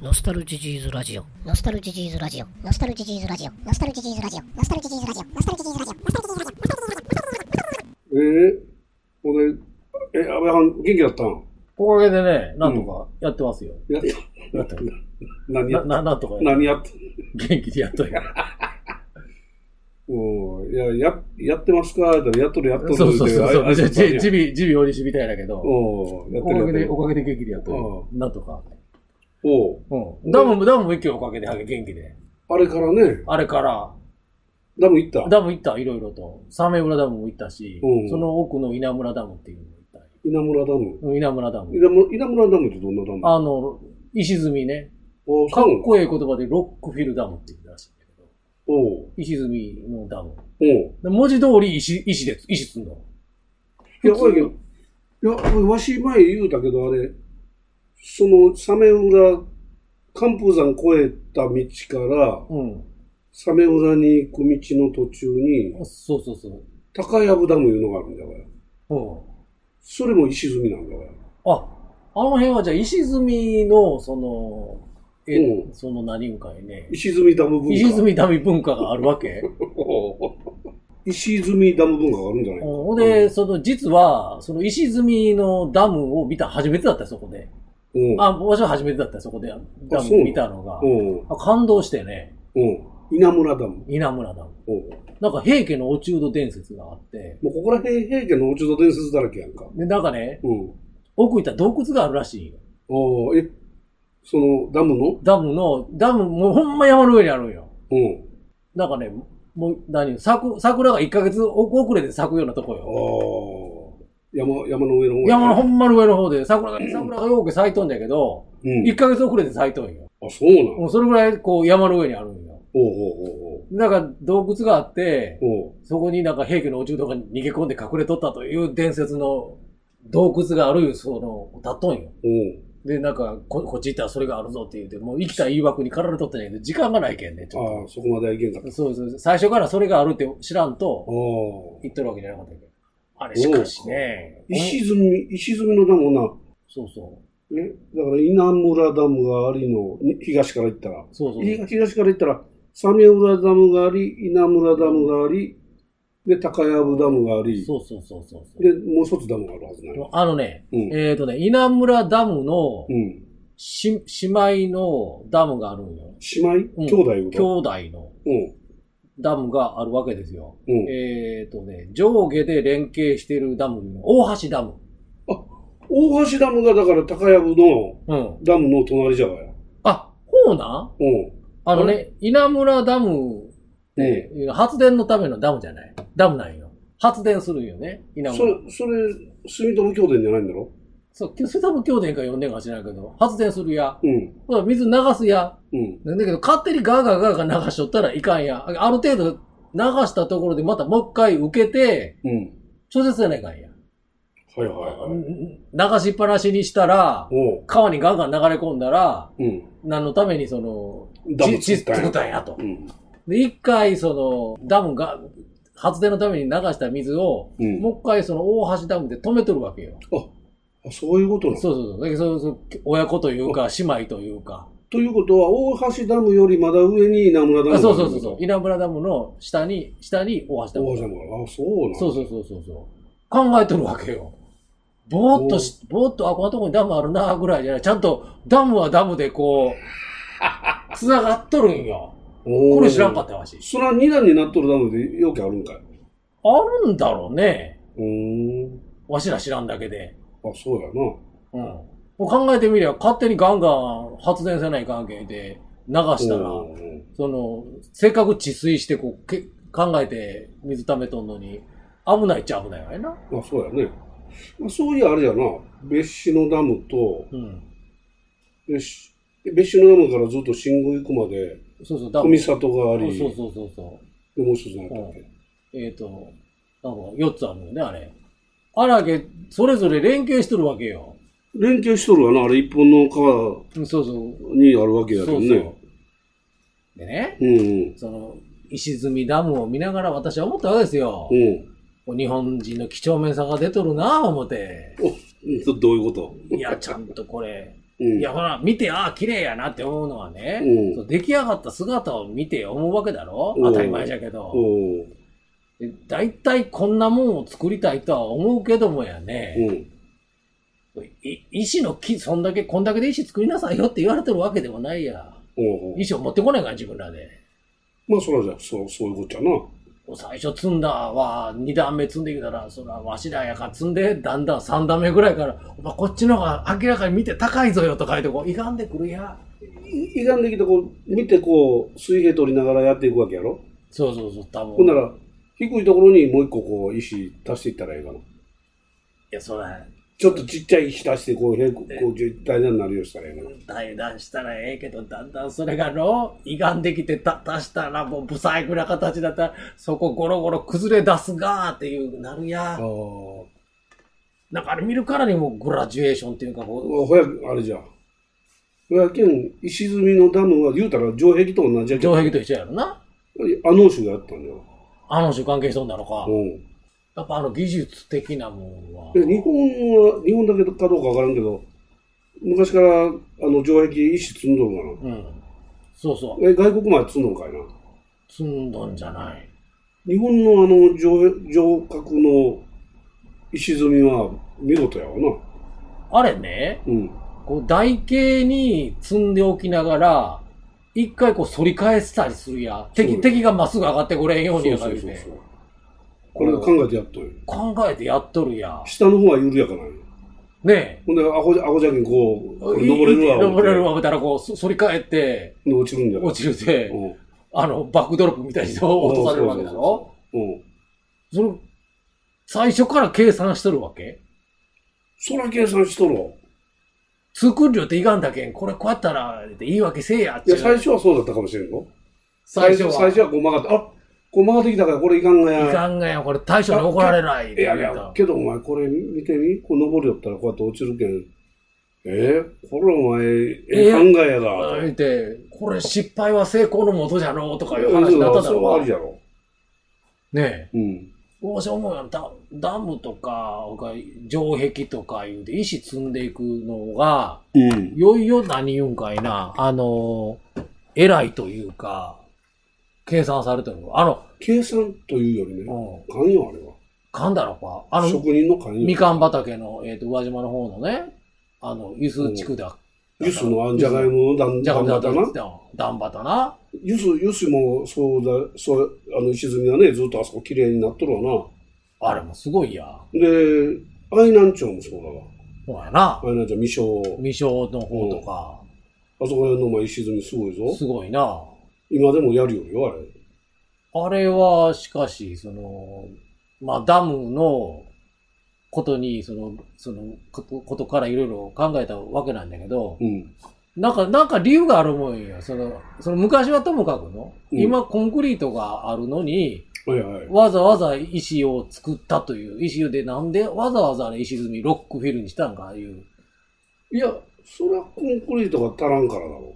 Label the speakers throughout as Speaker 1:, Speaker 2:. Speaker 1: ノスタルジジーズラジオ。
Speaker 2: ノスタルジジーズラジオ。
Speaker 3: ノスタルジジーズラジオ。
Speaker 2: ノスタルジジーズラジオ。ノスタルジジーズラジオ。ノスタルジジーズラジオ。ノスタルジジーズラジオ。
Speaker 4: ええ俺、え、安倍さん、元気だったの
Speaker 5: おかげでね、なんとかやってますよ。
Speaker 4: や、や
Speaker 5: やったよ
Speaker 4: 何や
Speaker 5: な、
Speaker 4: っ
Speaker 5: な、なんとかや。
Speaker 4: 何やって、
Speaker 5: 元気でやっ とるよ。
Speaker 4: おいや、や、やってますかってやっとる、やっとる。
Speaker 5: そうそうそうそう。
Speaker 4: で
Speaker 5: じ
Speaker 4: あ
Speaker 5: ゃ
Speaker 4: いつ
Speaker 5: じじび、じびおりしみたいだけど、
Speaker 4: おうやっ
Speaker 5: お
Speaker 4: てる、やっ
Speaker 5: かげ
Speaker 4: て
Speaker 5: で、
Speaker 4: る。
Speaker 5: おかげで元気でやっとるよ。
Speaker 4: う
Speaker 5: なんとか。
Speaker 4: おう
Speaker 5: うん。ダムも、ダムも今日おかげで元気で。
Speaker 4: あれからね、
Speaker 5: あれから、
Speaker 4: ダム行った。
Speaker 5: ダム行った、いろいろと。サメ浦ダムも行ったし
Speaker 4: う、ん
Speaker 5: その奥の稲村ダムっていうのも行っ
Speaker 4: 稲村ダム。
Speaker 5: たよ。稲村ダム。
Speaker 4: 稲村稲村ダムってどんなダムあ
Speaker 5: あの、石積みね。
Speaker 4: おう
Speaker 5: かっ
Speaker 4: そう
Speaker 5: こいい言葉でロックフィルダムって言うらしいんだけど、
Speaker 4: なのおう
Speaker 5: 石積みのダ
Speaker 4: お
Speaker 5: ム。
Speaker 4: う
Speaker 5: で文字通り石、石で、石積んだの。
Speaker 4: いや、おいけど、いや、俺わし前言うたけど、あれ、その、サメ浦、寒風山越えた道から、
Speaker 5: うん。
Speaker 4: サメ浦に行く道の途中に、
Speaker 5: そうそうそう。
Speaker 4: 高藪ダムいうのがあるんだから。
Speaker 5: う
Speaker 4: それも石積みなんだから。
Speaker 5: ん。あ、あの辺はじゃあ石積みの、その、え、
Speaker 4: うん
Speaker 5: その何かいね。
Speaker 4: 石積みダム文化。
Speaker 5: 石積みダム文化があるわけ
Speaker 4: 石積みダム文化があるんじゃない
Speaker 5: うん
Speaker 4: か。
Speaker 5: ほんで、その、実は、その石積みのダムを見た初めてだったよ、そこで。
Speaker 4: うん。
Speaker 5: あ、私は初めてだったよ、そこで。ダムを見たのが。
Speaker 4: うん。
Speaker 5: あ感動してね、
Speaker 4: うん。稲村ダム。
Speaker 5: 稲村ダム。
Speaker 4: うん。
Speaker 5: なんか平家のお中土伝説があって、
Speaker 4: もうここら辺平家のおちど伝説だらけやんか。
Speaker 5: で、なんかね、
Speaker 4: うん。
Speaker 5: 奥行ったら洞窟があるらしいよ。
Speaker 4: おーえ、その、ダムの
Speaker 5: ダムの、ダム、もうほんま山の上にあるんよ。
Speaker 4: うん。
Speaker 5: なんかね、もう、何、桜、桜が1ヶ月遅れで咲くようなとこ
Speaker 4: あ
Speaker 5: よ。
Speaker 4: あ。山、山の上の方
Speaker 5: 山のほ
Speaker 4: 方
Speaker 5: んまの上の方で、桜が、桜がよく咲いとんだけど、
Speaker 4: うん。
Speaker 5: 1ヶ月遅れで咲いとんよ。
Speaker 4: あ、そうなの
Speaker 5: もうそれぐらい、こう、山の上にあるんよ。
Speaker 4: おうおう
Speaker 5: なんか洞窟があって、
Speaker 4: おうおう。おう
Speaker 5: そこになんか平家のお中とかに逃げ込んで隠れとったという伝説の洞窟があるよ、その、だっとんよ。で、なんかこ、こっち行ったらそれがあるぞって言って、もう生きた言い訳に駆られとったんやけど、時間がないけんね、ち
Speaker 4: おう。あ
Speaker 5: ょ
Speaker 4: あ、そこまではいけんかっ。
Speaker 5: ったと。そうそう。最初からそれがあるって知らんと、
Speaker 4: ああ。
Speaker 5: 言っとるわけじゃなかったけど。あれ、しかしね。
Speaker 4: 石積み、石積みのダムな。
Speaker 5: そうそ
Speaker 4: ね、だから稲村ダムがありの、に東から行ったら。
Speaker 5: う。そうそう。
Speaker 4: 東東から行ったら、サメ浦ダムがあり、稲村ダムがあり、で、高藪ダムがあり、
Speaker 5: そうそうそうそうそう。
Speaker 4: で、もう一つダムがあるはずなの。
Speaker 5: あのね、
Speaker 4: うん。
Speaker 5: えっ、とね、稲村ダムの
Speaker 4: うん。
Speaker 5: し、姉妹のダムがあるんよ。
Speaker 4: 姉妹、
Speaker 5: うん
Speaker 4: 兄弟を
Speaker 5: 兄弟の
Speaker 4: うん。
Speaker 5: ダムがあるわけですよ。
Speaker 4: うん。
Speaker 5: えっ、とね、上下で連携してるダム、大橋ダム。
Speaker 4: 大橋ダムがだから高藪の
Speaker 5: うん。
Speaker 4: ダムの隣じゃがや。
Speaker 5: あ、ほうなん
Speaker 4: うん。
Speaker 5: あのね、稲村ダムって、発電のためのダムじゃないダムなんよ。発電するんよね、稲
Speaker 4: それ
Speaker 5: 村。、
Speaker 4: それ、住友兄弟じゃないんだろ
Speaker 5: そう、キュセダム教伝か呼んでんか知らんけど、発電するや。
Speaker 4: うん。
Speaker 5: ほら水流すや。
Speaker 4: うん。
Speaker 5: なんだけど、勝手にガーガーガーガー流しとったらいかんや。ある程度流したところでまたもう一回受けて、
Speaker 4: うん。
Speaker 5: 調節せないかんや。
Speaker 4: はいはいは
Speaker 5: う
Speaker 4: い。
Speaker 5: ん流しっぱなしにしたら、
Speaker 4: おう。
Speaker 5: 川にガンガン流れ込んだら、
Speaker 4: うん。
Speaker 5: 何のためにその、
Speaker 4: ダム
Speaker 5: 地
Speaker 4: 作った
Speaker 5: 地
Speaker 4: ん
Speaker 5: 作
Speaker 4: や
Speaker 5: ったんやと
Speaker 4: う。ん。
Speaker 5: で、一回、その、ダムが、発電のために流した水を、
Speaker 4: うん
Speaker 5: もう一回、その、大橋ダムで止めとるわけよ。
Speaker 4: あ、そういうことなの
Speaker 5: そうそうそう。だけどそうそう親子というか、姉妹というか。
Speaker 4: ということは、大橋ダムよりまだ上に稲村ダムが
Speaker 5: あ
Speaker 4: ある
Speaker 5: そうそうそうそう。稲村ダムの下に、下に大橋ダ
Speaker 4: 大
Speaker 5: ム
Speaker 4: 橋。ダムがあ、そうなの
Speaker 5: そうそうそうそうそう。考えとるわけよ。ぼーっとし、ぼーっと、あ、こんなとこにダムあるな、ぐらいじゃない。ちゃんと、ダムはダムでこ う、繋がっとるんよ。
Speaker 4: おー
Speaker 5: これ知らんかったわし。
Speaker 4: そら二段になっとるダムで容器あるんかい。
Speaker 5: あるんだろうね。
Speaker 4: うーん。
Speaker 5: わしら知らんだけで。
Speaker 4: あ、そうやな。
Speaker 5: うん。もう考えてみりゃ、勝手にガンガン発電せない関係で流したら、
Speaker 4: うんうん
Speaker 5: その、せっかく治水してこうけ、考えて水溜めとんのに、危ないっちゃ危ないわよな。
Speaker 4: まあ、そうやね。まあ、そういや、あれやな。別紙のダムと、
Speaker 5: うん。
Speaker 4: 別紙別紙のダムからずっと新宮行くまで、
Speaker 5: そうそう、ダ
Speaker 4: 富里があり、
Speaker 5: そうそうそうそ
Speaker 4: でもう一つなんだっけ。
Speaker 5: う。えっ、と、なんか4つあるのよね、あれ。あらけ、それぞれ連携しとるわけよ。
Speaker 4: 連携しとるわな。あれ一本の川
Speaker 5: うんそうそう。
Speaker 4: にあるわけやけ
Speaker 5: そ
Speaker 4: ど
Speaker 5: う
Speaker 4: ね。
Speaker 5: そう。でね、
Speaker 4: うんうん。
Speaker 5: その、石積みダムを見ながら私は思ったわけですよ。
Speaker 4: うん
Speaker 5: 日本人の几帳面さが出とるなぁ、思って。
Speaker 4: お。どどういうこと
Speaker 5: いや、ちゃんとこれ、
Speaker 4: うん。
Speaker 5: いや、ほら、見て、ああ、綺麗やなって思うのはね、
Speaker 4: うん
Speaker 5: そう出来上がった姿を見て思うわけだろ、
Speaker 4: うん
Speaker 5: 当たり前じゃけど。
Speaker 4: うん。
Speaker 5: で大体こんなもんを作りたいとは思うけどもやね、
Speaker 4: うん。
Speaker 5: い石の木、そんだけ、こんだけで石作りなさいよって言われてるわけでもないや。
Speaker 4: うん。
Speaker 5: 石を持ってこないから、自分らで。
Speaker 4: まあ、そらじゃ、そう、そういうことやな。
Speaker 5: 最初積んだは、二段目積んできたら、そら、わしらやから積んで、だんだん三段目ぐらいから、お前こっちの方が明らかに見て高いぞよとか言って、こう、歪んでくるや。
Speaker 4: い歪んできて、こう、見て、こう、水平取りながらやっていくわけやろ。
Speaker 5: そうそうそう、多分。
Speaker 4: ほんないら、低いところにもう一個、こう、石足していったらええかな。
Speaker 5: や、そら、
Speaker 4: ちょっとちっちゃい石足して、こう、平行、こう、実体になるようにしたらええかな。
Speaker 5: 対談したらええけど、だんだんそれがの、歪んできてた、足したらもう、不細工な形だったら、そこゴロゴロ崩れ出すがーっていう、なる
Speaker 4: ああ。
Speaker 5: や。
Speaker 4: ほ
Speaker 5: なんかあれ見るからにもグラジュエーションっていうか、こう、
Speaker 4: や、あれじゃ。ほやけん、石積みのダムは、言うたら、城壁と同じやけ
Speaker 5: 城
Speaker 4: ど、
Speaker 5: 壁と一緒やろな。
Speaker 4: あの種がやったんだよ。
Speaker 5: あの種関係しとんだろか。
Speaker 4: うん。
Speaker 5: やっぱあの技術的なもんは。
Speaker 4: で日本は、日本だけかどうかわからんけど、昔から、あの、城壁、石積んどるかな。
Speaker 5: うん。そうそう。
Speaker 4: え外国まで積んのかいな
Speaker 5: 積んどんじゃない。
Speaker 4: 日本のあの城城郭の石積みは見事やわな
Speaker 5: あれね、
Speaker 4: うん
Speaker 5: こう台形に積んでおきながら、一回こう反り返したりするや。
Speaker 4: そう
Speaker 5: 敵、
Speaker 4: よ
Speaker 5: 敵がまっすぐ上がってこれんようにやから言うて。
Speaker 4: これ考えてやっとんよ
Speaker 5: 考えてやっとるや。
Speaker 4: 下の方は緩やかなんよ
Speaker 5: ね
Speaker 4: ほんでアホじゃアホじゃけんこうこ
Speaker 5: え。
Speaker 4: れ登れるわ思
Speaker 5: 登れる
Speaker 4: っ
Speaker 5: わ、みたいな、こう、そ反り返って、
Speaker 4: てで落ちるんじゃない
Speaker 5: 落ちるて、
Speaker 4: うん
Speaker 5: あの、バックドロップみたいに落とされるわけだろ
Speaker 4: うん
Speaker 5: それ、最初から計算しとるわけ
Speaker 4: そら計算しとろ
Speaker 5: 作る量っていかんだけん、これこうやったら、言い訳せえやっ
Speaker 4: い
Speaker 5: ちゅ
Speaker 4: や
Speaker 5: う
Speaker 4: 最初はそうだったかもしれんよ
Speaker 5: 最初は。
Speaker 4: 最初はこう曲がってあこう曲がってきたからこれいかんが
Speaker 5: いか
Speaker 4: や
Speaker 5: んがよ、これ大将に怒られない。
Speaker 4: いやいやけどお前これ見てみこう登るよったらこうやって落ちるけんえー、これお前ええ考えやだ
Speaker 5: 言うて、これ失敗は成功のもとじゃろうとかいう話になっただ
Speaker 4: そうある
Speaker 5: ろうが。
Speaker 4: やろ。
Speaker 5: ね
Speaker 4: う
Speaker 5: え。
Speaker 4: ん。
Speaker 5: どうしようもんやんダダムとか、城壁とかいうて、石積んでいくのが、
Speaker 4: うん。
Speaker 5: いよいよ何言うんかいな、あの、偉いというか、計算されてるの。あの、
Speaker 4: 計算というよりね、
Speaker 5: うん、
Speaker 4: 勘よ、あれは。
Speaker 5: 噛んだろか。あの、
Speaker 4: 職人の勘よ。
Speaker 5: みかん畑の、えっ、と、宇和島の方のね、あの、ゆす地区だ。
Speaker 4: ユスのあんじゃがいもの段
Speaker 5: じゃ
Speaker 4: 段
Speaker 5: が
Speaker 4: だ
Speaker 5: い
Speaker 4: った
Speaker 5: も
Speaker 4: な
Speaker 5: だ。ダンバタな。
Speaker 4: ユス、ユスもそうだ、そう、あの、石積みがね、ずっとあそこ綺麗になっとるわ
Speaker 5: あれもすごいや。
Speaker 4: な。で、愛南町もそうだわ。
Speaker 5: ほらな。
Speaker 4: 愛南町、未章。
Speaker 5: 未章の方とか、
Speaker 4: あそこら辺のまあ石積みすごいぞ。
Speaker 5: すごいな。
Speaker 4: 今でもやるよりよ、あれ。
Speaker 5: あれは、しかし、その、まあ、ダムのことに、その、その、ことことからいろいろ考えたわけなんだけど、
Speaker 4: うん。
Speaker 5: なんか、なんか理由があるもんよ。その、その昔はともかくの、
Speaker 4: うん
Speaker 5: 今コンクリートがあるのに、
Speaker 4: はいはい。
Speaker 5: わざわざ石を作ったという、石でなんでわざわざあれ石積みロックフィルにしたんかいう。
Speaker 4: いや、それはコンクリートが足らんからだろ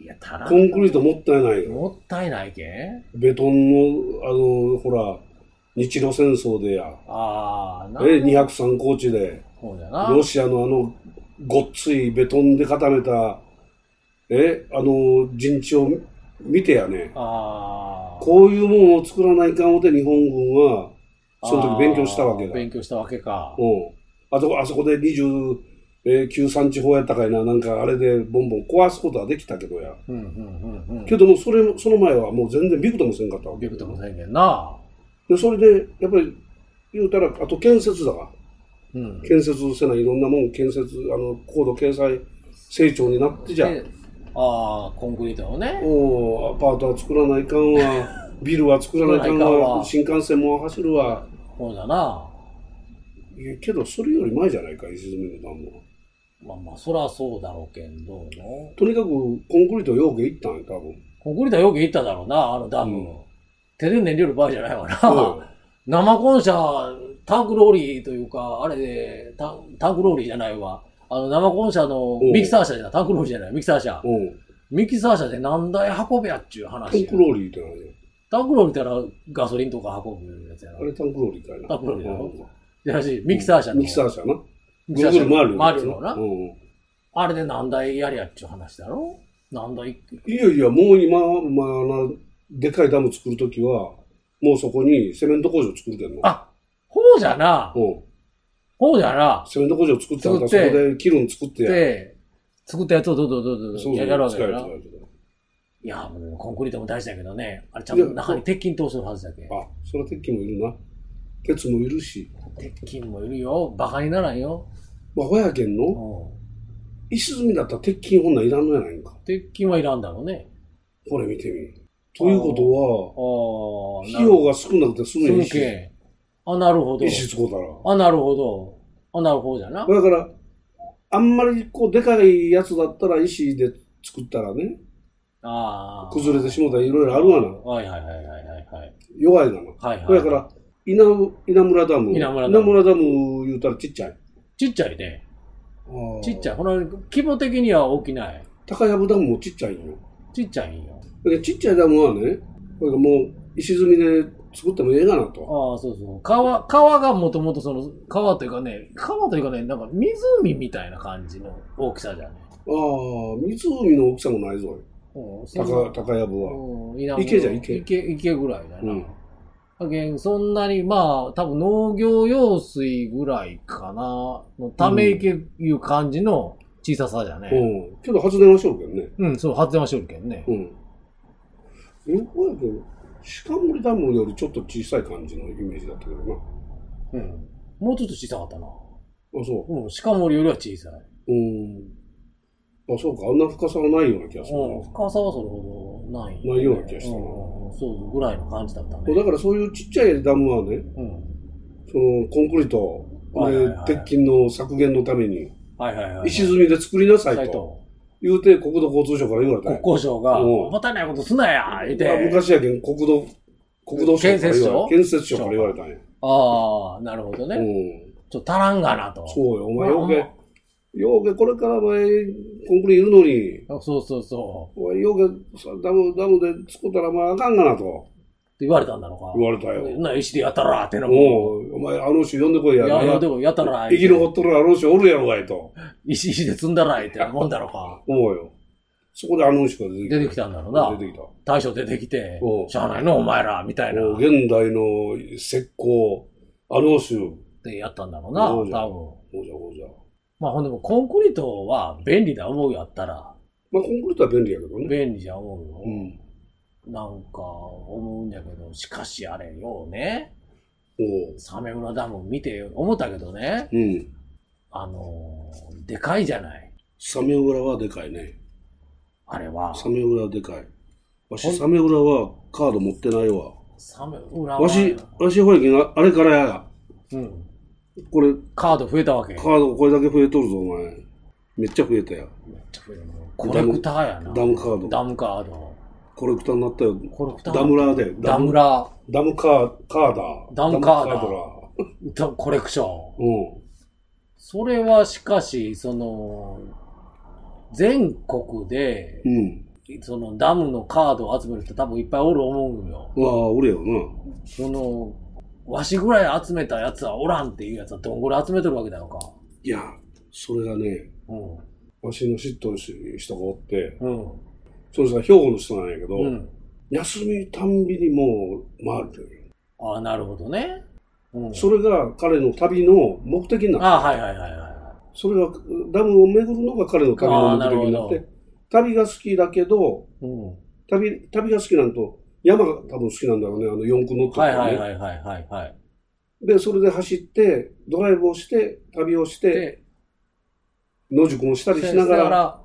Speaker 5: いや、たら
Speaker 4: う。コンクリートもったいないよ。
Speaker 5: もったいないけん
Speaker 4: ベトンの、あの、ほら、日露戦争でや、
Speaker 5: ああ、な
Speaker 4: え、203高地で、
Speaker 5: そうだな。
Speaker 4: ロシアのあの、ごっついベトンで固めた、え、あの、陣地を見てやね、
Speaker 5: ああ。
Speaker 4: こういうものを作らないかん思て日本軍は、その時勉強したわけだ。
Speaker 5: あー
Speaker 4: うん。
Speaker 5: 勉強したわけか。
Speaker 4: あそこ、あそこで29産地法やったかいな、なんかあれでボンボン壊すことはできたけどや。
Speaker 5: うんうんうんうん。
Speaker 4: けども、それも、その前はもう全然ビクともせんかったわけ。
Speaker 5: ビクともせんけんな。
Speaker 4: で、それで、やっぱり、言うたら、あと建設だから。
Speaker 5: うん。
Speaker 4: 建設せないいろんなもん建設あの高度経済成長になってじゃ
Speaker 5: でああ、コンクリートをね。
Speaker 4: おうアパートは作らないかん わビルは作らないかん
Speaker 5: 作らないかん
Speaker 4: わ
Speaker 5: わ
Speaker 4: 新幹線も走るわ
Speaker 5: そうだな。
Speaker 4: いやけどそれより前じゃないか石積みのダムは
Speaker 5: まあまあ、そらそうだろうけんどうの。
Speaker 4: とにかくコンクリートよくいったんよ多分
Speaker 5: コンクリートはよく言っただろうな、あのダム。
Speaker 4: うん
Speaker 5: 手で燃料る場合じゃないわ な。生コン車、タンクローリーというか、あれで、タンタンクローリーじゃないわ。あの、生コン車の
Speaker 4: うん
Speaker 5: ミキサー車じゃない、タンクローリーじゃない、ミキサー車。
Speaker 4: うんうん
Speaker 5: ミキサー車で何台運べやっちゅう
Speaker 4: タン
Speaker 5: 話。
Speaker 4: クローリーって何や
Speaker 5: タンクローリーってのはガソリンとか運ぶやつやな
Speaker 4: あ。れタンクローリーかいな
Speaker 5: タンクローリーだろ
Speaker 4: うん
Speaker 5: じゃなし、ミキサー車の。
Speaker 4: ミキサー車な
Speaker 5: ミ
Speaker 4: ぐ
Speaker 5: キサ
Speaker 4: る
Speaker 5: ー
Speaker 4: ぐ
Speaker 5: 車
Speaker 4: る回る
Speaker 5: 回
Speaker 4: やつ
Speaker 5: るのな
Speaker 4: う。ん
Speaker 5: あれで何台やりゃっちゅう話だろ何台って
Speaker 4: いやいや、もう今、まあ、なでかいダム作るときは、もうそこにセメント工場作るけんの。
Speaker 5: あ、ほうじゃな、
Speaker 4: うん。
Speaker 5: ほうじゃな、
Speaker 4: セメント工場作ったら、
Speaker 5: 作っ
Speaker 4: そ
Speaker 5: て
Speaker 4: こでキルン作ってや。
Speaker 5: で、作ったやつをどうどうどうどう
Speaker 4: そ
Speaker 5: ど
Speaker 4: う
Speaker 5: う
Speaker 4: そう、
Speaker 5: やるわ
Speaker 4: 使
Speaker 5: け
Speaker 4: え
Speaker 5: だ
Speaker 4: る
Speaker 5: な
Speaker 4: 使え。る使える
Speaker 5: いや、もうコンクリートも大事だけどね、あれちゃんと中に鉄筋通すはずだけ。
Speaker 4: あ、それは鉄器もいるな。鉄もいるし。
Speaker 5: 鉄筋もいるよ、バカにならんよ。
Speaker 4: まあ、ほやけんの、
Speaker 5: うん
Speaker 4: 石積みだったら鉄筋ほんなんいらんのやないんか。
Speaker 5: 鉄筋はいらんだろうね。
Speaker 4: これ見てみ。ということは、
Speaker 5: ああ、
Speaker 4: 費用が少なくて済むやん
Speaker 5: す
Speaker 4: 石。
Speaker 5: るけ。あ、なるほど。
Speaker 4: 石使うたら。
Speaker 5: あ、なるほど。あ、なるほどじゃな。
Speaker 4: だから、あんまりこう、でかいやつだったら石で作ったらね、
Speaker 5: ああ。
Speaker 4: 崩れて
Speaker 5: し
Speaker 4: しもたらいろいろあるわな。
Speaker 5: はいはいはいはいはいはい。
Speaker 4: 弱いがな。
Speaker 5: はいはい。
Speaker 4: だから、、稲稲村ダム。
Speaker 5: 稲村ダム
Speaker 4: 稲村ダム言うたらちっちゃい。
Speaker 5: ちっちゃいね。ちっちゃ
Speaker 4: い。
Speaker 5: い。ほら、規模的には大きない。
Speaker 4: 高藪ダムもちっちゃいんよ。
Speaker 5: ちっちゃいんよ。
Speaker 4: でちっちゃいダムはね、これがもう石積みで作ってもええがなと。
Speaker 5: ああ、そうそう。川、川がもともとその、川というかね、川というかね、なんか湖みたいな感じの大きさじゃね。
Speaker 4: ああ、湖の大きさもないぞ。
Speaker 5: うん、そん
Speaker 4: 高
Speaker 5: な
Speaker 4: 高藪は。
Speaker 5: うん、稲村
Speaker 4: 池じゃ池
Speaker 5: 池。池ぐらいだな。
Speaker 4: うん
Speaker 5: だけんそんなに、まあ、多分農業用水ぐらいかな、のため池いう感じの小ささじゃね。
Speaker 4: うん。けど発電はしようけどね。
Speaker 5: うん、そう、発電はしよるけんね。
Speaker 4: うん。横やけど、鹿森ダムよりちょっと小さい感じのイメージだったけどな。
Speaker 5: うん。もうちょっと小さかったな。
Speaker 4: あ、そ
Speaker 5: うん、しかもよりは小さ
Speaker 4: う。
Speaker 5: い。
Speaker 4: うん。あ、そうか。あんな深さはないような気がするな。
Speaker 5: うん、深さはそれほどない、
Speaker 4: ないような気がしたな
Speaker 5: うんうんうんそう、ぐらいの感じだった
Speaker 4: そうだ
Speaker 5: ね。
Speaker 4: からそういうちっちゃいダムはね、
Speaker 5: うん。
Speaker 4: そのコンクリート
Speaker 5: はいはいはい
Speaker 4: で鉄筋の削減のために
Speaker 5: はいはいはい。
Speaker 4: 石積みで作りなさ
Speaker 5: サイ
Speaker 4: いと
Speaker 5: ト
Speaker 4: 言うて国土交通省から言われたん
Speaker 5: 国
Speaker 4: や
Speaker 5: 交省が、
Speaker 4: うん
Speaker 5: もったいないことすなや言う
Speaker 4: あ
Speaker 5: て。
Speaker 4: 昔やけん国土国土省から言われた建設省から言われたんや、
Speaker 5: ああ、なるほどね。
Speaker 4: う
Speaker 5: ち
Speaker 4: ん、
Speaker 5: ょっと足らんがなと。
Speaker 4: そうよお前
Speaker 5: まあ
Speaker 4: ようけようけこれから前コンクリいるのに
Speaker 5: あそうそうそう。っ
Speaker 4: お前ようけさダムダムで作ったらまああかんがなと
Speaker 5: て言われたんだろうか。
Speaker 4: 言われたよ
Speaker 5: な、石でやったらってのも。
Speaker 4: おうお前あの人呼んでこいや
Speaker 5: いや、いや、
Speaker 4: な
Speaker 5: でもやったら、
Speaker 4: 生き残っとるあの人おるやろがいと
Speaker 5: 石、石で積んだらえってもんだろう か。
Speaker 4: 思うよそこであの人が
Speaker 5: 出てきたんだろうな。
Speaker 4: 出てきた
Speaker 5: 大将出てきて
Speaker 4: お、う
Speaker 5: しゃあないの、お前ら、みたいな。
Speaker 4: もう現代の石膏、あの種、
Speaker 5: でやったんだろうな、
Speaker 4: そ
Speaker 5: 多
Speaker 4: うじゃん
Speaker 5: 分。
Speaker 4: ほうじゃほうじゃ。
Speaker 5: まあほんでもコンクリートは便利だ思うやったら、
Speaker 4: まあ、コンクリートは便利やけどね。
Speaker 5: 便利じゃ思うよ。
Speaker 4: うん。
Speaker 5: なんか思うんやけど、しかしあれよね、
Speaker 4: おう。
Speaker 5: サメ浦ダム見て思ったけどね、
Speaker 4: うん。
Speaker 5: あのーでかいじゃない。
Speaker 4: サメ浦はでかいね。
Speaker 5: あれは。
Speaker 4: サメ浦はでかい。わし
Speaker 5: ほ、ん
Speaker 4: サメ浦はカード持ってないわ。
Speaker 5: サメ浦は。
Speaker 4: わし、わし、ほやけん、ああれからや。
Speaker 5: うん。
Speaker 4: これ、
Speaker 5: カード増えたわけ。
Speaker 4: カードこれだけ増えとるぞ、お前。めっちゃ増えたや。
Speaker 5: めっちゃ増えたなコレクターやな。
Speaker 4: ダムカード
Speaker 5: ダムカード。
Speaker 4: コレクターになったよ。
Speaker 5: コレクター。
Speaker 4: ダムラーで。
Speaker 5: ダムラ
Speaker 4: ダムカー、カーダー。
Speaker 5: ダムカーダー
Speaker 4: ダムラー。
Speaker 5: ーダコレクション。
Speaker 4: うん。
Speaker 5: それはしかし、その、全国で、
Speaker 4: うん。
Speaker 5: そのダムのカードを集める人多分いっぱいおる思うよ。
Speaker 4: ああ、おるやろな。
Speaker 5: その、わしぐらい集めたやつはおらんっていうやつはどんぐらい集めてるわけだろうか。
Speaker 4: いや、それがね、
Speaker 5: うん。
Speaker 4: わしの知っとる人がおって、
Speaker 5: うん。
Speaker 4: その人が兵庫の人なんやけど、
Speaker 5: うん。
Speaker 4: 休みたんびにもう回るという。
Speaker 5: ああ、なるほどね。うん。
Speaker 4: それが彼の旅の目的になる。
Speaker 5: ああ、はいはいはいはい。
Speaker 4: それが、ダムを巡るのが彼の旅の目的になっ
Speaker 5: あーな
Speaker 4: て、旅が好きだけど、
Speaker 5: うん。
Speaker 4: 旅、旅が好きなんと、山が多分好きなんだろうね、あの四駆乗って
Speaker 5: はい
Speaker 4: るの
Speaker 5: は
Speaker 4: ね
Speaker 5: いはいはいはいはい。
Speaker 4: で、それで走って、ドライブをして、旅をして、
Speaker 5: で、
Speaker 4: 野宿もしたりしながら、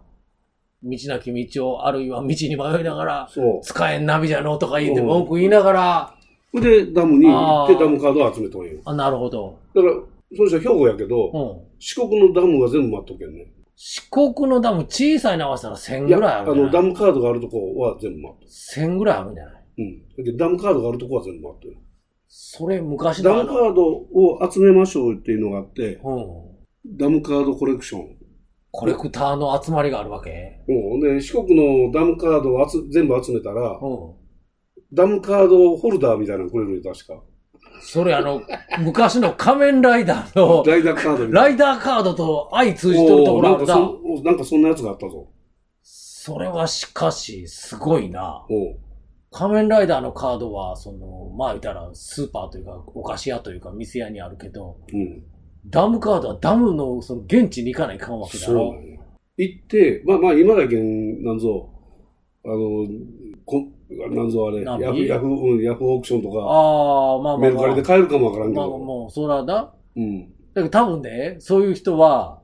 Speaker 5: 道なき道を、あるいは道に迷いながら、
Speaker 4: そ
Speaker 5: 使えんナビじゃのうとか言って
Speaker 4: うん
Speaker 5: 文句言いながら、
Speaker 4: う。で、ダムに行って
Speaker 5: あー
Speaker 4: ダムカードを集めとんよ。
Speaker 5: あ、なるほど。
Speaker 4: だから、その人は兵庫やけど、
Speaker 5: うん。
Speaker 4: 四国のダムは全部待っとけんね。
Speaker 5: 四国のダム小さいの合わせたら1000
Speaker 4: いや
Speaker 5: ぐらいあ
Speaker 4: あ
Speaker 5: るんじゃ
Speaker 4: の、
Speaker 5: な
Speaker 4: ダ
Speaker 5: い
Speaker 4: ムカードがあるとこは全部待っと
Speaker 5: ?1000 ぐらいあるんじゃない
Speaker 4: る。うん。だけどダムカードがあるとこは全部待っとる。
Speaker 5: それ昔
Speaker 4: ダ
Speaker 5: のあ
Speaker 4: ムカ
Speaker 5: の、
Speaker 4: ードを集めましょうっていうのがあって、
Speaker 5: うん、
Speaker 4: ダムカードコレクション。
Speaker 5: コレクターの集まりがあるわけ
Speaker 4: うん。で、四国のダムカードを集全部集めたら、
Speaker 5: うん。
Speaker 4: ダムカードホルダーみたいなのくれるよ、確か。
Speaker 5: それあの、昔の仮面ライダーの、
Speaker 4: ライダーカードみ
Speaker 5: ラ
Speaker 4: イ
Speaker 5: イダーカードと相通じとるところあ
Speaker 4: なん
Speaker 5: る
Speaker 4: か
Speaker 5: な。
Speaker 4: そんなんかそんなやつがあったぞ。
Speaker 5: それはしかし、すごいな。
Speaker 4: おう
Speaker 5: 仮面ライダーのカードは、その、まあ言ったら、スーパーというか、お菓子屋というか、店屋にあるけど、
Speaker 4: うん。
Speaker 5: ダムカードはダムの、その、現地に行かないかんわけだ
Speaker 4: そうな
Speaker 5: ろ。
Speaker 4: んや。行って、まあまあ今だけんなんぞ、あの、こなんぞあれ、
Speaker 5: な
Speaker 4: ヤフ、ヤフ、うん、ヤフオークションとか、
Speaker 5: ああ、まあま
Speaker 4: メ
Speaker 5: あ
Speaker 4: ル
Speaker 5: ま
Speaker 4: カ
Speaker 5: あ。
Speaker 4: リで買えるかもわからんけ
Speaker 5: まあ
Speaker 4: ど。
Speaker 5: もう、そらだ。
Speaker 4: うん。
Speaker 5: だから多分ね、そういう人は、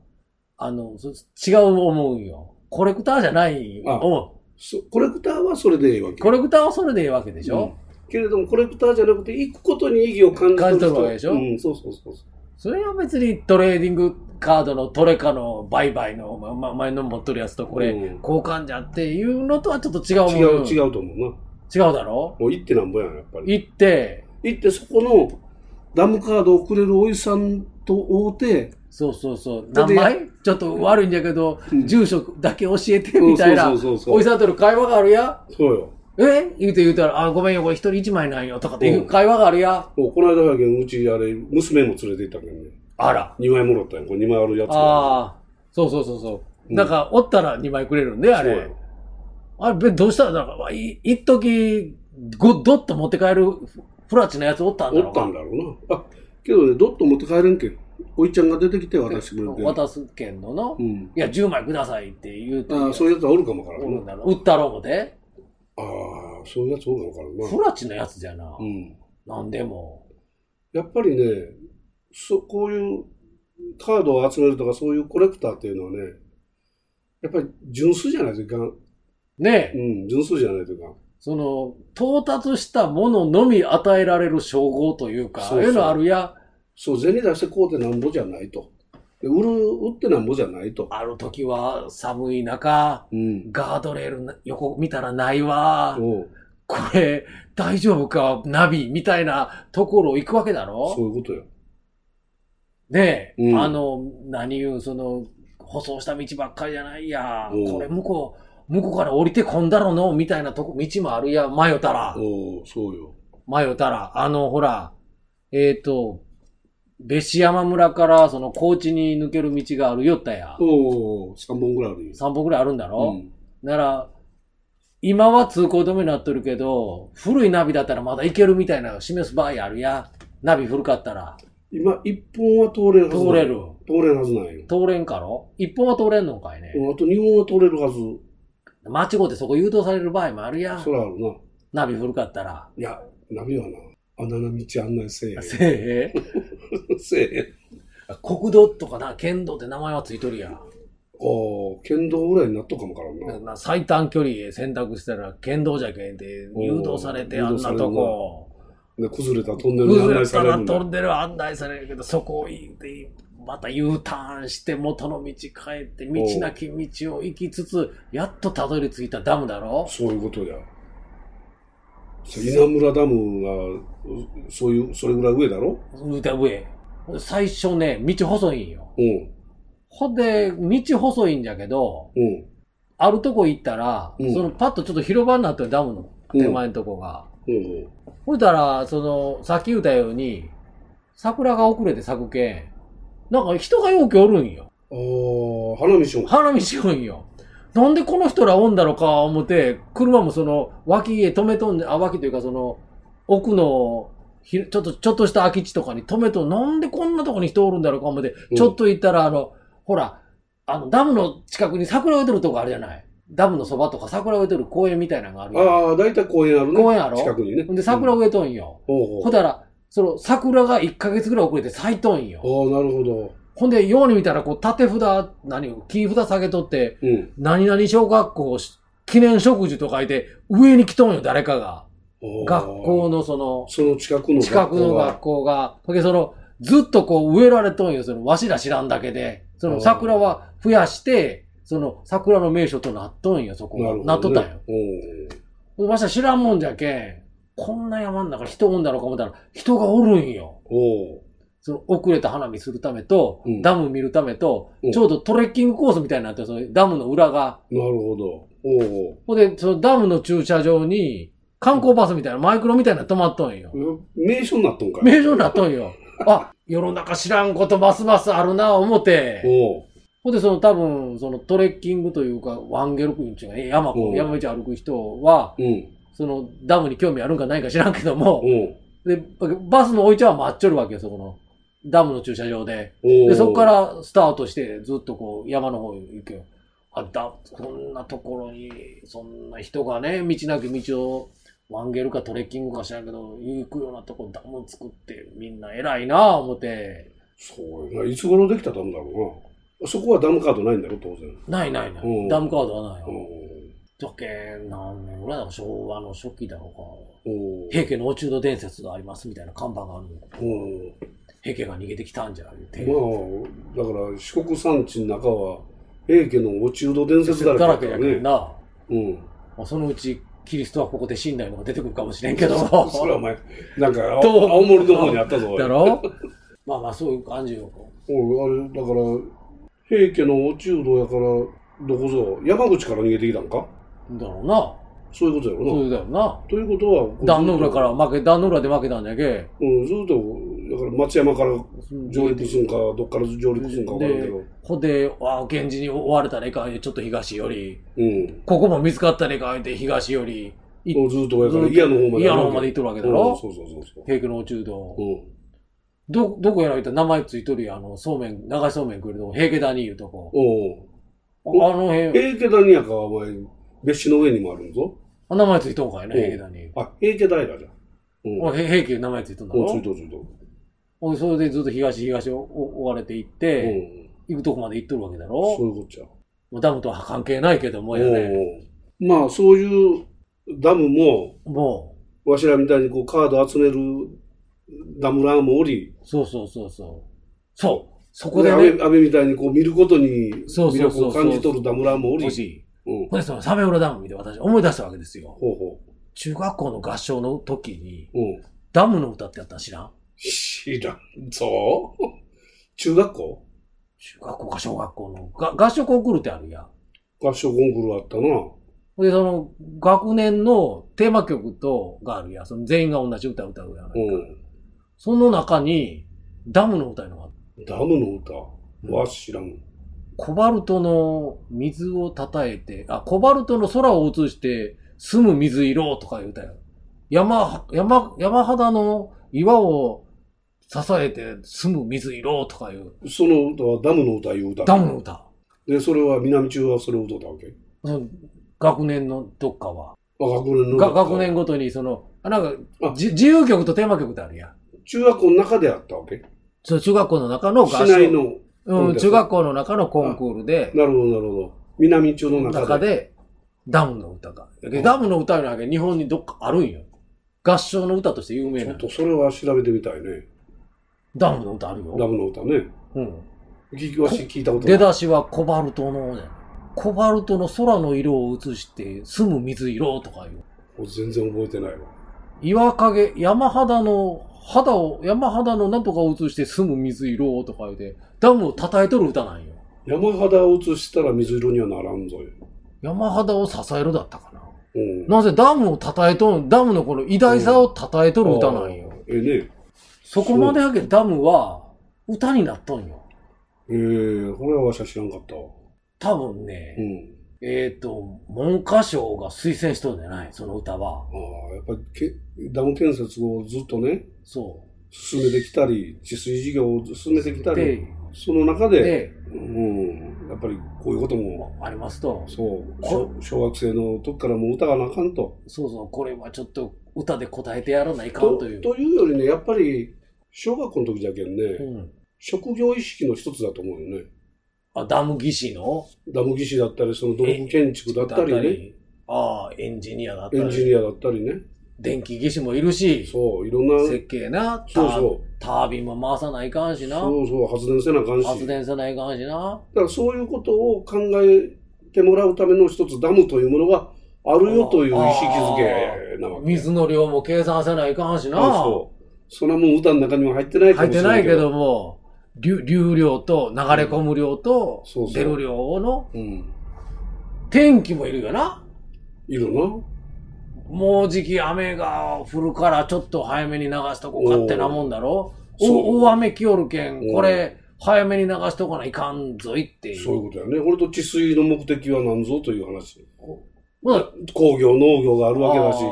Speaker 5: あの、そ違う思うよ。コレクターじゃない
Speaker 4: あ
Speaker 5: 思
Speaker 4: そコレクターはそれでいいわ
Speaker 5: う。
Speaker 4: け。
Speaker 5: コレクターはそれでいいわけでしょ、
Speaker 4: けれども、コレクターじゃなくて、行くことに意義を感じ取る人
Speaker 5: 感じ取るわけでしょ
Speaker 4: うん、そうそうそうそう。
Speaker 5: それは別にトレーディングカードのトレカの売買の、ま、ま、前の持っとるやつとこれ、
Speaker 4: うん
Speaker 5: 交換じゃっていうのとはちょっと違うもん
Speaker 4: 違う、違うと思うな。
Speaker 5: 違うだろ
Speaker 4: もう行ってなんぼやん、やっぱり。
Speaker 5: 行って、
Speaker 4: 行って、そこのダムカードをくれるおじさんと会うて、
Speaker 5: そうそうそう。
Speaker 4: だって
Speaker 5: 名前ちょっと悪いんじゃけど、
Speaker 4: うん
Speaker 5: 住所だけ教えてみたいな。
Speaker 4: うんそうそうそうそう
Speaker 5: おじさんとの会話があるや
Speaker 4: そうよ。
Speaker 5: え言うて言うたら、あ、ごめんよ、これ一人一枚なんよ、とかっていう会話があるや、
Speaker 4: もうこの間だけんうち、あれ、娘も連れて行ったけどね。
Speaker 5: あら。
Speaker 4: 2枚もらったんやん、これ2枚あるやつが。
Speaker 5: ああ、そうそうそうそうう。
Speaker 4: ん
Speaker 5: なんか、おったら2枚くれるんで、あ
Speaker 4: そう
Speaker 5: れ
Speaker 4: よ。。
Speaker 5: あれ、べどうしたら、なんか、わい一時ごどっと持って帰るフフラチのやつおったんだろ
Speaker 4: お
Speaker 5: う
Speaker 4: ったんだろうな。あ、けどね、どっと持って帰れんけん。おいちゃんが出てきて渡してくれて。
Speaker 5: 渡す券のの、
Speaker 4: う
Speaker 5: い
Speaker 4: ん。
Speaker 5: や、10枚くださいって言うて、
Speaker 4: ああ、そういうやつはおるかもわから
Speaker 5: お
Speaker 4: ん
Speaker 5: るん
Speaker 4: な。
Speaker 5: だろう。売ったろうで、
Speaker 4: ああ、そういうやつおるかもわからん
Speaker 5: フ
Speaker 4: な。
Speaker 5: ラチのやつじゃな。
Speaker 4: うん。
Speaker 5: なんでも。
Speaker 4: やっぱりね、そこういうカードを集めるとか、そういうコレクターっていうのはね、やっぱり純粋じゃないといかん。
Speaker 5: ね
Speaker 4: う
Speaker 5: え、
Speaker 4: ん、純粋じゃないといかん。
Speaker 5: その、到達したもののみ与えられる称号というか、
Speaker 4: そう
Speaker 5: そ
Speaker 4: そう
Speaker 5: ういうのあるや、
Speaker 4: そう、銭出してこうってなんぼじゃないと。で売る、売ってなんぼじゃないと。
Speaker 5: ある時は寒い中、
Speaker 4: うん。
Speaker 5: ガードレールな横見たらないわ。
Speaker 4: おう
Speaker 5: これ、大丈夫か、ナビ、みたいなところ行くわけだ
Speaker 4: そ
Speaker 5: ろ
Speaker 4: ういうことよ。
Speaker 5: ねえ、
Speaker 4: うん
Speaker 5: あの、何言う、その、舗装した道ばっかりじゃないや。
Speaker 4: うん
Speaker 5: これ、向こう、向こうから降りてこんだろうの、みたいなとこ、道もあるや。迷ったら、
Speaker 4: おうそうよ。
Speaker 5: 迷ったら、あの、ほら、えっ、と、別紙山村から、その、高知に抜ける道があるよったや。
Speaker 4: おう三本ぐらいあるよ。
Speaker 5: 3本ぐらいあるんだ
Speaker 4: う
Speaker 5: ろ、
Speaker 4: ん
Speaker 5: なら、今は通行止めになっとるけど、古いナビだったらまだ行けるみたいなの示す場合あるや。ナビ古かったら。
Speaker 4: 今、一本は通れるはず
Speaker 5: 通れ。る。
Speaker 4: 通れるはずなんよ。
Speaker 5: 通れんかろ一本は通れんのかいね。
Speaker 4: うんあと二本は通れるはず。
Speaker 5: 間違ってそこ誘導される場合もあるや
Speaker 4: そ。らあるな。
Speaker 5: ナビ古かったら。
Speaker 4: いや、ナビはな、穴の道案内せえへん。
Speaker 5: せえへん
Speaker 4: せえへん。
Speaker 5: 国道とかな、県道って名前はついとるや。
Speaker 4: おー剣道ぐらいになっとくかもわからんな。
Speaker 5: な最短距離選択したら県道じゃけんで誘導されて
Speaker 4: おー
Speaker 5: あんなとこ。
Speaker 4: で、崩れたトンネルに
Speaker 5: う
Speaker 4: 案
Speaker 5: ず
Speaker 4: 内
Speaker 5: れ
Speaker 4: さ
Speaker 5: た
Speaker 4: れる
Speaker 5: ら
Speaker 4: んだ。
Speaker 5: 飛んでる案内されるけど、そこを行って、また U ターンして元の道帰って、道なき道を行きつつ、やっとたどり着いたダムだろ
Speaker 4: そういうことや。そう稲村ダムが、うそういう、それぐらい上だろ
Speaker 5: 歌上。最初ね、道細いんよ。
Speaker 4: うん。
Speaker 5: ほんで、道細いんじゃけど、
Speaker 4: うん。
Speaker 5: あるとこ行ったら、
Speaker 4: うん
Speaker 5: そのパッとちょっと広場になってるダムの手前のとこが。
Speaker 4: うん。
Speaker 5: ほいたら、その、さっき言ったように、桜が遅れて咲くけん、なんか人がようけおるんよ。
Speaker 4: あー、花見しよう。
Speaker 5: 花見しよんよ。なんでこの人らおんだろうか思って、車もその脇へ止めとんで、あ、脇というかその奥のひちょっと、ちょっとした空き地とかに止めとん、なんでこんなとこに人おるんだろうか思って、
Speaker 4: うん
Speaker 5: ちょっと行ったらあの、ほら、あのダムの近くに桜植えてるとこあるじゃない。ダムのそばとか桜植えてる公園みたいなのがあるやん
Speaker 4: ああ、だいたい公園あるね。
Speaker 5: 公園あろ
Speaker 4: 近くにね。
Speaker 5: ほんで桜
Speaker 4: うん
Speaker 5: 植えとんよ。
Speaker 4: ほうほ
Speaker 5: ほ
Speaker 4: う。
Speaker 5: たら、その桜が1ヶ月ぐらい遅れて咲いとんよ。
Speaker 4: ああ、なるほど。
Speaker 5: ほんで、ように見たらこう縦札、何、切り札下げとって、
Speaker 4: うん。
Speaker 5: 何々小学校記念植樹と書いて、上に来とんよ、誰かが。学
Speaker 4: の。
Speaker 5: 校のその、
Speaker 4: その近くの
Speaker 5: 近くの学校が。ほんでその、ずっとこう植えられとんよ、その、わしら知らんだけで。そ
Speaker 4: あー
Speaker 5: の、桜は増やして、その、桜の名所となっとんよ、そこ
Speaker 4: なるほど、ね。
Speaker 5: が。なっとったん
Speaker 4: う
Speaker 5: よ。ほんでわしら知らんもんじゃけん、こんな山ん中人おんだろうか思ったら、人がおるんよ。
Speaker 4: ん。おう
Speaker 5: その、遅れた花見するためと、
Speaker 4: うん
Speaker 5: ダム見るためと、
Speaker 4: うん
Speaker 5: ちょうどトレッキングコースみたいになってる、そのダムの裏が。
Speaker 4: なるほど。おうおう
Speaker 5: ほんで、そのダムの駐車場に、観光バスみたいな、マイクロみたいなの止まっとんよ。
Speaker 4: 名所になっとんかい。
Speaker 5: 名所になっとんよ。あ、世の中知らんことますますあるな、思って。
Speaker 4: おう
Speaker 5: ほんで、その多分、そのトレッキングというか、ワンゲルクンっていうかね、山
Speaker 4: う
Speaker 5: こ
Speaker 4: ん
Speaker 5: う、山道歩く人は、
Speaker 4: うん。
Speaker 5: そのダムに興味あるんかないか知らんけども、
Speaker 4: おう
Speaker 5: で、バスの置いちゃは待っちょるわけよ、そこの。ダムの駐車場で。
Speaker 4: おう
Speaker 5: で、そこか、らスタートして、ずっとこう、山の方へ行くよ。あ、だ、こんなところに、そんな人がね、道なき道を、ワンゲルかトレッキングか知らんけど、行くようなとこ、ダム作って、みんな偉いなぁ、思って。
Speaker 4: そうやな。いつ頃できたダムだろうな。そこはダムカードないんだろ、当然。
Speaker 5: ないないな
Speaker 4: うん
Speaker 5: い。ダムカードはないよ。
Speaker 4: お
Speaker 5: だっけ、何年ぐらいだろう、昭和の初期だろうか。
Speaker 4: おう
Speaker 5: 平家の落ち度伝説があります、みたいな看板があるのよ。
Speaker 4: おう
Speaker 5: 平家が逃げてきたんじゃ、言うて。
Speaker 4: まあ、だから四国山地の中は、平家の落ちうど伝説だ
Speaker 5: だ
Speaker 4: ら
Speaker 5: ら
Speaker 4: け
Speaker 5: け
Speaker 4: だ
Speaker 5: や
Speaker 4: から
Speaker 5: け
Speaker 4: ね
Speaker 5: ど。な。
Speaker 4: うん。
Speaker 5: まあ、そのうちキリストはここで死んだのが出てくるかもしれんけど。
Speaker 4: それはお前、なんか、青
Speaker 5: どう
Speaker 4: 青森の方にあったぞ。おい
Speaker 5: だろ まあまあそういう感じよ。
Speaker 4: おいあれ、だから、平家の落ちうどやから、どこぞ、山口から逃げてきたんか
Speaker 5: だろうな。
Speaker 4: そういうことやろな。
Speaker 5: そうだよな。
Speaker 4: ということは、
Speaker 5: 壇の浦から負け、壇の浦で負けたんじゃけ。
Speaker 4: うん、ずっと、だから松山から上陸するんか、どっから上陸するんかわからんけど
Speaker 5: で、、ほで、あ源氏に追われたらいかんよちょっと東より、
Speaker 4: うん。
Speaker 5: ここも見つかったらいかんって東より、い
Speaker 4: もうずっと親から
Speaker 5: ずっと
Speaker 4: 家の方まで。
Speaker 5: 祖谷の方まで行っとるわけだろ
Speaker 4: うんそうそうそうそう。
Speaker 5: 平家の落ち度
Speaker 4: う。ん。
Speaker 5: ど、どこやら言ったら名前ついとるやん。あの、そうめん、流しそうめん食えるとこ、平家谷いうとこ。
Speaker 4: おう
Speaker 5: ああ
Speaker 4: お
Speaker 5: の辺、
Speaker 4: 平家谷やかはお前、別紙の上にもあるんぞ。
Speaker 5: あ名前ついとんかいね、
Speaker 4: うん
Speaker 5: 平家谷。
Speaker 4: あ、平家平じゃん。うん。
Speaker 5: あへ平家名前ついとんだ
Speaker 4: うん、つ
Speaker 5: ろ
Speaker 4: いとるついとる。
Speaker 5: ほんでそれでずっと東東を追われていっ
Speaker 4: う
Speaker 5: て、
Speaker 4: ん。
Speaker 5: 行くとこまで行っとるわけだろ
Speaker 4: そういうことじゃ。
Speaker 5: もうダムとは関係ないけどもやね。
Speaker 4: おうまあ、そういうダムも、
Speaker 5: も
Speaker 4: わしらみたいにこうカード集めるダムラーもおり、
Speaker 5: う、そうそうそうそう。そう、そ
Speaker 4: こ
Speaker 5: こで
Speaker 4: 安
Speaker 5: ね、
Speaker 4: 倍安倍みたいにこう見ることに
Speaker 5: そう
Speaker 4: 魅
Speaker 5: そうそ
Speaker 4: 力
Speaker 5: う
Speaker 4: を感じ取るダムラーもおり、
Speaker 5: 欲しい。
Speaker 4: うん、
Speaker 5: これそのサメウラダム見て私思い出したわけですよ。
Speaker 4: ほうほ
Speaker 5: 中学校の合唱の時に、
Speaker 4: う。うん。
Speaker 5: ダムの歌ってやったん知らん
Speaker 4: 知らんぞ。中学校
Speaker 5: 中学校か小学校のが合唱コンクールってあるやん。
Speaker 4: 合唱コンクールあったな。
Speaker 5: ほんで、その、学年のテーマ曲と、があるやん。その全員が同じ歌歌うやん。
Speaker 4: うん。
Speaker 5: その中に、ダムの歌いうのがあった
Speaker 4: ダムの歌は知らん。
Speaker 5: コバルトの水をたたえて、あ、コバルトの空を映して、住む水色とか言うたよ。山、山、山肌の岩を支えて住む水色とかいう、
Speaker 4: その歌はダムの歌いう歌。
Speaker 5: ダムの歌。
Speaker 4: で、それは南中はそれを歌ったわけ。
Speaker 5: その学年のどっか
Speaker 4: あ、
Speaker 5: は。
Speaker 4: 学年の。
Speaker 5: が学年。ごとに、その、あなん
Speaker 4: あ
Speaker 5: か、じ自由曲とテーマ曲ってあるやん。
Speaker 4: 中学校の中であったわけ。
Speaker 5: そう中学校の中の合
Speaker 4: 市
Speaker 5: 唱。
Speaker 4: 内の。
Speaker 5: うん、中学校の中のコンクールで、
Speaker 4: なるほど、なるほど。南中の中
Speaker 5: 中
Speaker 4: で。
Speaker 5: で、ダムの歌が。だけどダムの歌いうのは日本にどっかあるんよ。合唱の歌として有名
Speaker 4: ちょ
Speaker 5: な
Speaker 4: っとそれは調べてみたいね。
Speaker 5: ダムの歌ある
Speaker 4: ダ
Speaker 5: よ。
Speaker 4: ムの歌ね。
Speaker 5: うん。
Speaker 4: 聞きわし聞いたことない。
Speaker 5: 出だしはコバルトのね、コバルトの空の色を映して、住む水色とかいう。
Speaker 4: もう全然覚えてないわ。
Speaker 5: 岩陰、山肌の、肌を、山肌のなんとかを映して住む水色とか言うて、ダムを叩いとる歌なんよ。
Speaker 4: 山肌を映したら水色にはならんぞよ。
Speaker 5: 山肌を支えるだったかな。
Speaker 4: うん。
Speaker 5: なぜダムを叩いとる、ダムのこの偉大さを叩いとる歌なんよ。
Speaker 4: あー。ええね。
Speaker 5: そこまでやけダムは歌になっとんよ。
Speaker 4: ええこれはわしは知らんかったわ。
Speaker 5: 多分
Speaker 4: う
Speaker 5: ね、
Speaker 4: ん。
Speaker 5: えっ、と、文科省が推薦しとるんじゃないその歌
Speaker 4: あ
Speaker 5: は。
Speaker 4: あ、やっぱりけダム建設をずっとね、
Speaker 5: そ
Speaker 4: 進めてきたり、治水事業を進めてきた
Speaker 5: う。
Speaker 4: り、
Speaker 5: で、
Speaker 4: その中で、
Speaker 5: で、
Speaker 4: うん、やっぱりこういうことも、
Speaker 5: ありますと、
Speaker 4: そう、
Speaker 5: こ
Speaker 4: 小小学生の時からもう歌がなあかんと。
Speaker 5: そうそう、これはちょっと歌で答えてやらないかん
Speaker 4: と
Speaker 5: という。
Speaker 4: というよりね、やっぱり、小学校の時じゃけんね、
Speaker 5: うん、
Speaker 4: 職業意識の一つだと思うよね。
Speaker 5: あダム技師の
Speaker 4: ダム技師だったり、その土木建築だったりね、
Speaker 5: ああ、エンジニアだった
Speaker 4: エンジ
Speaker 5: り、
Speaker 4: ニアだったりね、
Speaker 5: 電気技師もいるし、
Speaker 4: そう、いろんな、そう
Speaker 5: 設計な、タ
Speaker 4: そう、
Speaker 5: タービンも回さないかんしな、
Speaker 4: そうそう、発電せなあかんし、
Speaker 5: 発電さないかんしな、
Speaker 4: だからそういうことを考えてもらうための一つ、ダムというものがあるよという意識づけなわけ。
Speaker 5: 水の量も計算せないかんしな、
Speaker 4: そうそう。それはもう歌の中には入ってないか
Speaker 5: 入
Speaker 4: も
Speaker 5: っ
Speaker 4: しれ
Speaker 5: て
Speaker 4: な
Speaker 5: ないい
Speaker 4: け
Speaker 5: け
Speaker 4: ど。
Speaker 5: ども、流流量と流れ込む量と
Speaker 4: そうそう
Speaker 5: 出る量の
Speaker 4: うん。
Speaker 5: 天気もいるよな。
Speaker 4: いるな。
Speaker 5: もうじき雨が降るからちょっと早めに流しとこうかってなもんだろ
Speaker 4: おーそ
Speaker 5: お大雨来よるけ
Speaker 4: うん
Speaker 5: ん、これ、早めに流しとかないかんぞいってい。
Speaker 4: そういううことやね。俺と治水の目的は何ぞという話。
Speaker 5: まあ
Speaker 4: 工業、農業があるわけだし
Speaker 5: あ、ー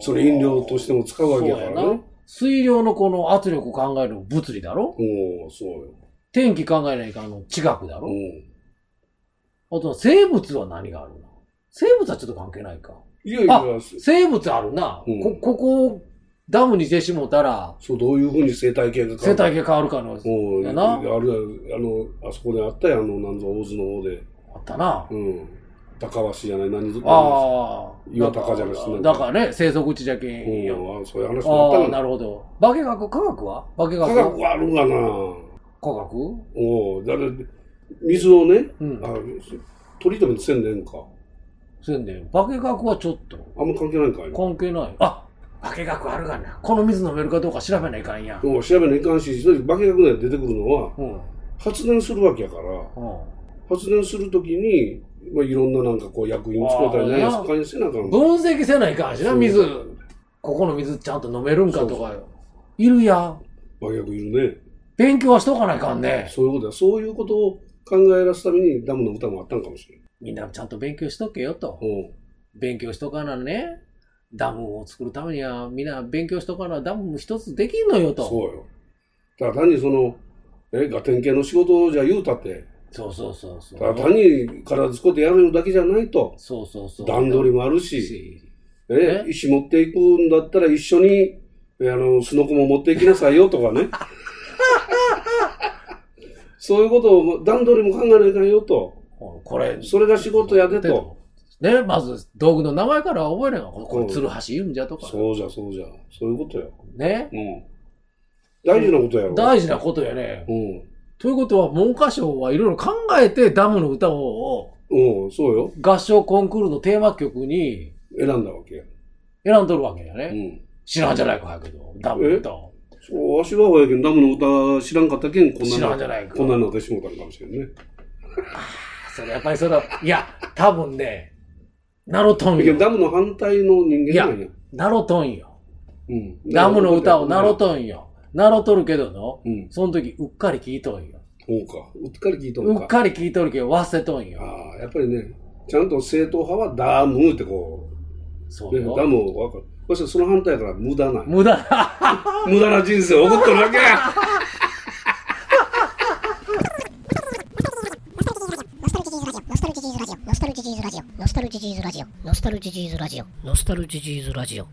Speaker 4: それ飲料としても使うわけやか
Speaker 5: そう
Speaker 4: ら
Speaker 5: や
Speaker 4: ね
Speaker 5: な。水量のこの圧力を考えるの物理だろ
Speaker 4: おおそうよ。
Speaker 5: 天気考えないかんの地学だ
Speaker 4: う
Speaker 5: ろ
Speaker 4: ん。
Speaker 5: あと生物は何があるの生物はちょっと関係ないか。
Speaker 4: いやいや
Speaker 5: あ、生物あるな。
Speaker 4: うん
Speaker 5: こ、ここをダムにしてしもたら、
Speaker 4: そう、どういうふうに生態系が変
Speaker 5: 生
Speaker 4: わる
Speaker 5: 態系変わるかの、
Speaker 4: うん。
Speaker 5: やな
Speaker 4: あるやあの、あそこにあったやん、あの、なんぞ、大津の方で。
Speaker 5: あったな。
Speaker 4: うん。高橋じゃない、何ぞ。
Speaker 5: ああ。
Speaker 4: 岩高じゃなくて
Speaker 5: だからね、生息地じゃけ
Speaker 4: うんん、
Speaker 5: よ。
Speaker 4: あそういう話もあ
Speaker 5: あ
Speaker 4: っ
Speaker 5: あ、
Speaker 4: た
Speaker 5: な
Speaker 4: の。
Speaker 5: るほど。化学、科学は化学
Speaker 4: 科学はあるがな。
Speaker 5: 科学
Speaker 4: おおだって、水をね、
Speaker 5: うん。
Speaker 4: あトリートメントせんでええんか。
Speaker 5: そうやね化学はちょっと。
Speaker 4: あんま関係ないんかいな。
Speaker 5: 関係ない。あ化学あるがな。この水飲めるかどうか調べないかんや。
Speaker 4: もう調べないかんし、それ化学で出てくるのは、
Speaker 5: うん。うん。
Speaker 4: 発電するわけやから、発電するときに、まあ、いろんななんかこう薬品使ったり
Speaker 5: あー
Speaker 4: ね、
Speaker 5: な
Speaker 4: 使いせなあかん。
Speaker 5: 分析せないかんしな、
Speaker 4: そう
Speaker 5: 水。ここの水ちゃんと飲めるんかとかよ。いるや。
Speaker 4: 化学いる
Speaker 5: 勉強はしとかないかん
Speaker 4: ね。
Speaker 5: ね。
Speaker 4: そういうことだ。そういうことを考え出すためにダムの歌もあったんかもしれん。
Speaker 5: みんなちゃんと勉強しとけよと。
Speaker 4: うん。
Speaker 5: 勉強しとかなね。ダムを作るためには、みんな勉強しとかなダム一つできんのよと。
Speaker 4: そうよ。だから単にその、え、ガテン系の仕事じゃ言うたって、
Speaker 5: そうそうそうそう。
Speaker 4: ただ単に体使ってやるだけじゃないと。
Speaker 5: そうそうそう。
Speaker 4: 段取りもある
Speaker 5: り
Speaker 4: し、え
Speaker 5: ね、
Speaker 4: 石持っていくんだったら一緒に、えあの、すのこも持っていきなさいよと かね。そういうことを段取りも考えないかんよと。
Speaker 5: これ、
Speaker 4: それが仕事やでと。。
Speaker 5: ね、まず道具の名前から覚えれば、ここれ、鶴橋言うんじゃとか。
Speaker 4: そうじゃそうじゃ。そういうことよ。
Speaker 5: ね。
Speaker 4: うん。大事なことやろ。
Speaker 5: 大事なことやね。
Speaker 4: うん。
Speaker 5: ということは、文科省はいろいろ考えてダムの歌を
Speaker 4: うん、そうよ。
Speaker 5: 合唱コンクールのテーマ曲に
Speaker 4: 選んだわけや。
Speaker 5: 選んどるわけやね。
Speaker 4: うん。
Speaker 5: 知らんじゃないか、やけど。ダムの歌を。
Speaker 4: そう、わしはほやけん、ダムの歌知らんかったけん、こんな
Speaker 5: 知らんじ
Speaker 4: の、
Speaker 5: ゃないか。
Speaker 4: こんなの私もうたんかもしれんね。
Speaker 5: それやっぱりその、いや、多分ね、なろとん
Speaker 4: いや
Speaker 5: よ。
Speaker 4: ダムの反対の人間なんや。
Speaker 5: なろとんよ。
Speaker 4: うん。
Speaker 5: ダムの歌をなろとんよ。なろとるけどの、
Speaker 4: うん。
Speaker 5: その時うっかり聞いとんよ。
Speaker 4: そうか。うっかり聞いとん
Speaker 5: うっ
Speaker 4: か。
Speaker 5: かり聞いとるけど忘れとんよ。
Speaker 4: ああ、やっぱりね、ちゃんと正統派はダムってこ、
Speaker 5: そう
Speaker 4: ね、
Speaker 5: う
Speaker 4: ダ
Speaker 5: よ。
Speaker 4: ムを分かる。そしてその反対やから無駄な。
Speaker 5: 無駄な。
Speaker 4: 無駄な人生を送っとるだけや
Speaker 2: ノスタルジーズラジオノスタルジーズラジオノスタルジーズラジオノスタルジーズラジオノスタルジーズラジオノスタルジーズラジオ